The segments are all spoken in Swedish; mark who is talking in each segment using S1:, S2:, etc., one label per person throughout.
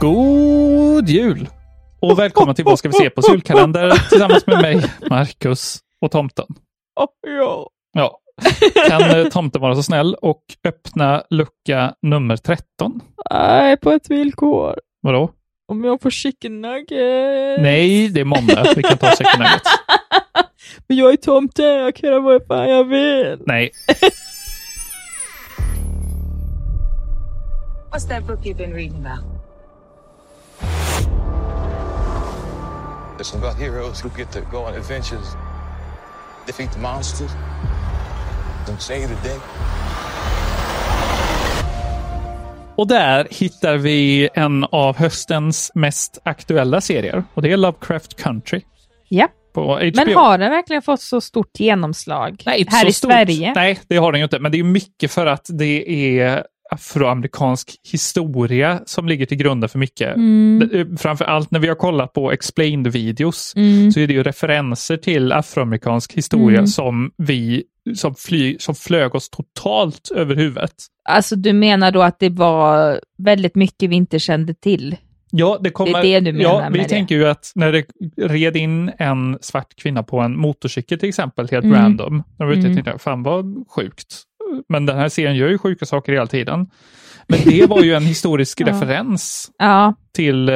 S1: God jul! Och välkomna till Vad ska vi se på julkalender tillsammans med mig, Marcus och tomten.
S2: ja.
S1: Ja. Kan eh, tomten vara så snäll och öppna lucka nummer 13?
S2: Nej, på ett villkor.
S1: Vadå?
S2: Om jag får chicken nuggets.
S1: Nej, det är måndag. Vi kan ta chicken nuggets.
S2: Men jag är tomten, jag kan göra vad fan jag vill.
S1: Nej,
S3: What's that book you've been reading about?
S4: It's about heroes who get to go on adventures, defeat the monsters, and save the day.
S1: Och där hittar vi en av höstens mest aktuella serier. Och det är Lovecraft Country
S5: Ja.
S1: på HBO.
S5: Men har den verkligen fått så stort genomslag
S1: Nej, inte
S5: här
S1: så
S5: i
S1: stort.
S5: Sverige?
S1: Nej, det har den ju inte. Men det är mycket för att det är afroamerikansk historia som ligger till grunden för mycket.
S5: Mm.
S1: Det- Framför allt när vi har kollat på explained-videos
S5: Mm.
S1: så är det ju referenser till afroamerikansk historia som vi som, fly, som flög oss totalt över huvudet.
S5: Alltså du menar då att det var väldigt mycket vi inte kände till?
S1: Ja, det, kommer,
S5: Det är det du
S1: ja,
S5: menar
S1: Vi
S5: med det.
S1: tänker ju att när det red in en svart kvinna på en motorcykel till exempel, helt
S5: Mm.
S1: random, då var mm.
S5: Mm.
S1: tänkte jag, fan vad sjukt. Men den här serien gör ju sjuka saker hela tiden. Men det var ju en historisk
S5: Ja.
S1: referens
S5: Ja.
S1: till eh,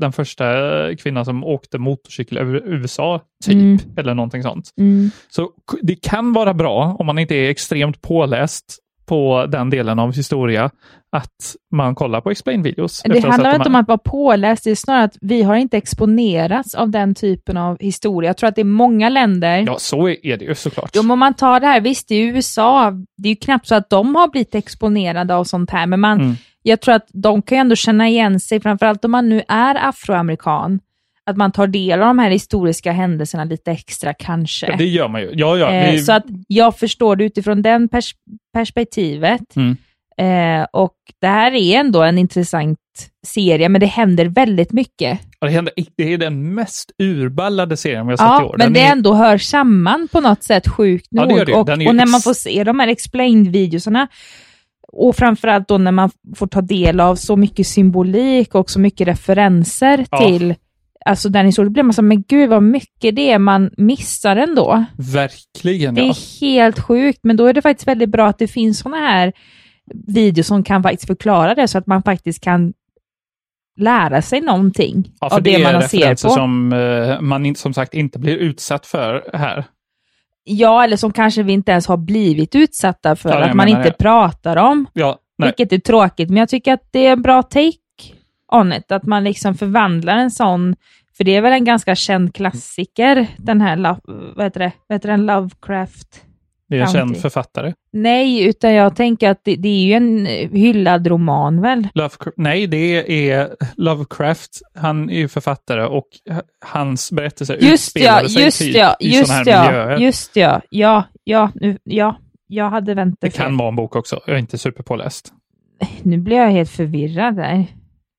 S1: den första eh, kvinnan som åkte motorcykel över USA, typ,
S5: Mm.
S1: eller någonting sånt.
S5: Mm.
S1: Så k- det kan vara bra, om man inte är extremt påläst på den delen av historia, att man kollar på explain-videos. efter
S5: Det
S1: att ha sett
S5: handlar
S1: de
S5: inte
S1: här.
S5: om att vara påläst, det är snarare att vi har inte exponerats av den typen av historia. Jag tror att det är många länder.
S1: Ja, så är det ju såklart.
S5: Jo, men om man tar det här, visst det är USA, det är ju knappt så att de har blivit exponerade av sånt här, men man,
S1: Mm.
S5: jag tror att de kan ju ändå känna igen sig, framförallt om man nu är afroamerikan, att man tar del av de här historiska händelserna lite extra kanske.
S1: Ja, det gör man ju. Ja, ja.
S5: Eh,
S1: vi-
S5: Så att jag förstår det utifrån den pers- perspektivet.
S1: Mm.
S5: Eh, och det här är ändå en intressant serie, men det händer väldigt mycket.
S1: ja, det, händer, det är den mest urballade serien vi har sett i
S5: Ja,
S1: år.
S5: men
S1: Den
S5: det
S1: är-
S5: ändå hör samman på något sätt, sjukt
S1: Ja,
S5: nog.
S1: det gör det ju.
S5: och,
S1: Den är ju
S5: och när man
S1: ex-
S5: får se de här explained-videorna, och framförallt då när man får ta del av så mycket symbolik och så mycket referenser
S1: Ja.
S5: till alltså den historien, då blir man så här, men gud vad mycket det är man missar ändå.
S1: Verkligen,
S5: Det är
S1: ja.
S5: helt sjukt, men då är det faktiskt väldigt bra att det finns sådana här videos som kan faktiskt förklara det, så att man faktiskt kan lära sig någonting
S1: ja för
S5: av det,
S1: det, är
S5: man ser på.
S1: referenser som eh, man in, som sagt inte blir utsatt för här.
S5: Ja, eller som kanske vi inte ens har blivit utsatta för,
S1: Ja, jag
S5: att man
S1: menar
S5: inte
S1: det.
S5: pratar om,
S1: Ja, nej.
S5: vilket är tråkigt. Men jag tycker att det är en bra take on it, att man liksom förvandlar en sån, för det är väl en ganska känd klassiker, den här, Lo- vad heter det, vad heter den, Lovecraft?
S1: Det är en
S5: County.
S1: känd författare.
S5: Nej, utan jag tänker att det, det är ju en eh, hyllad roman väl?
S1: Lovecraft, nej, det är Lovecraft. Han är ju författare och h- hans berättelse
S5: Just ja,
S1: utspelade sig
S5: just
S1: typ
S5: ja,
S1: i
S5: just
S1: såna här
S5: ja,
S1: miljöer.
S5: just ja, ja, ja, nu, ja, jag hade väntat
S1: det
S5: fel.
S1: kan vara en bok också. Jag är inte superpåläst.
S5: Nu blir jag helt förvirrad där.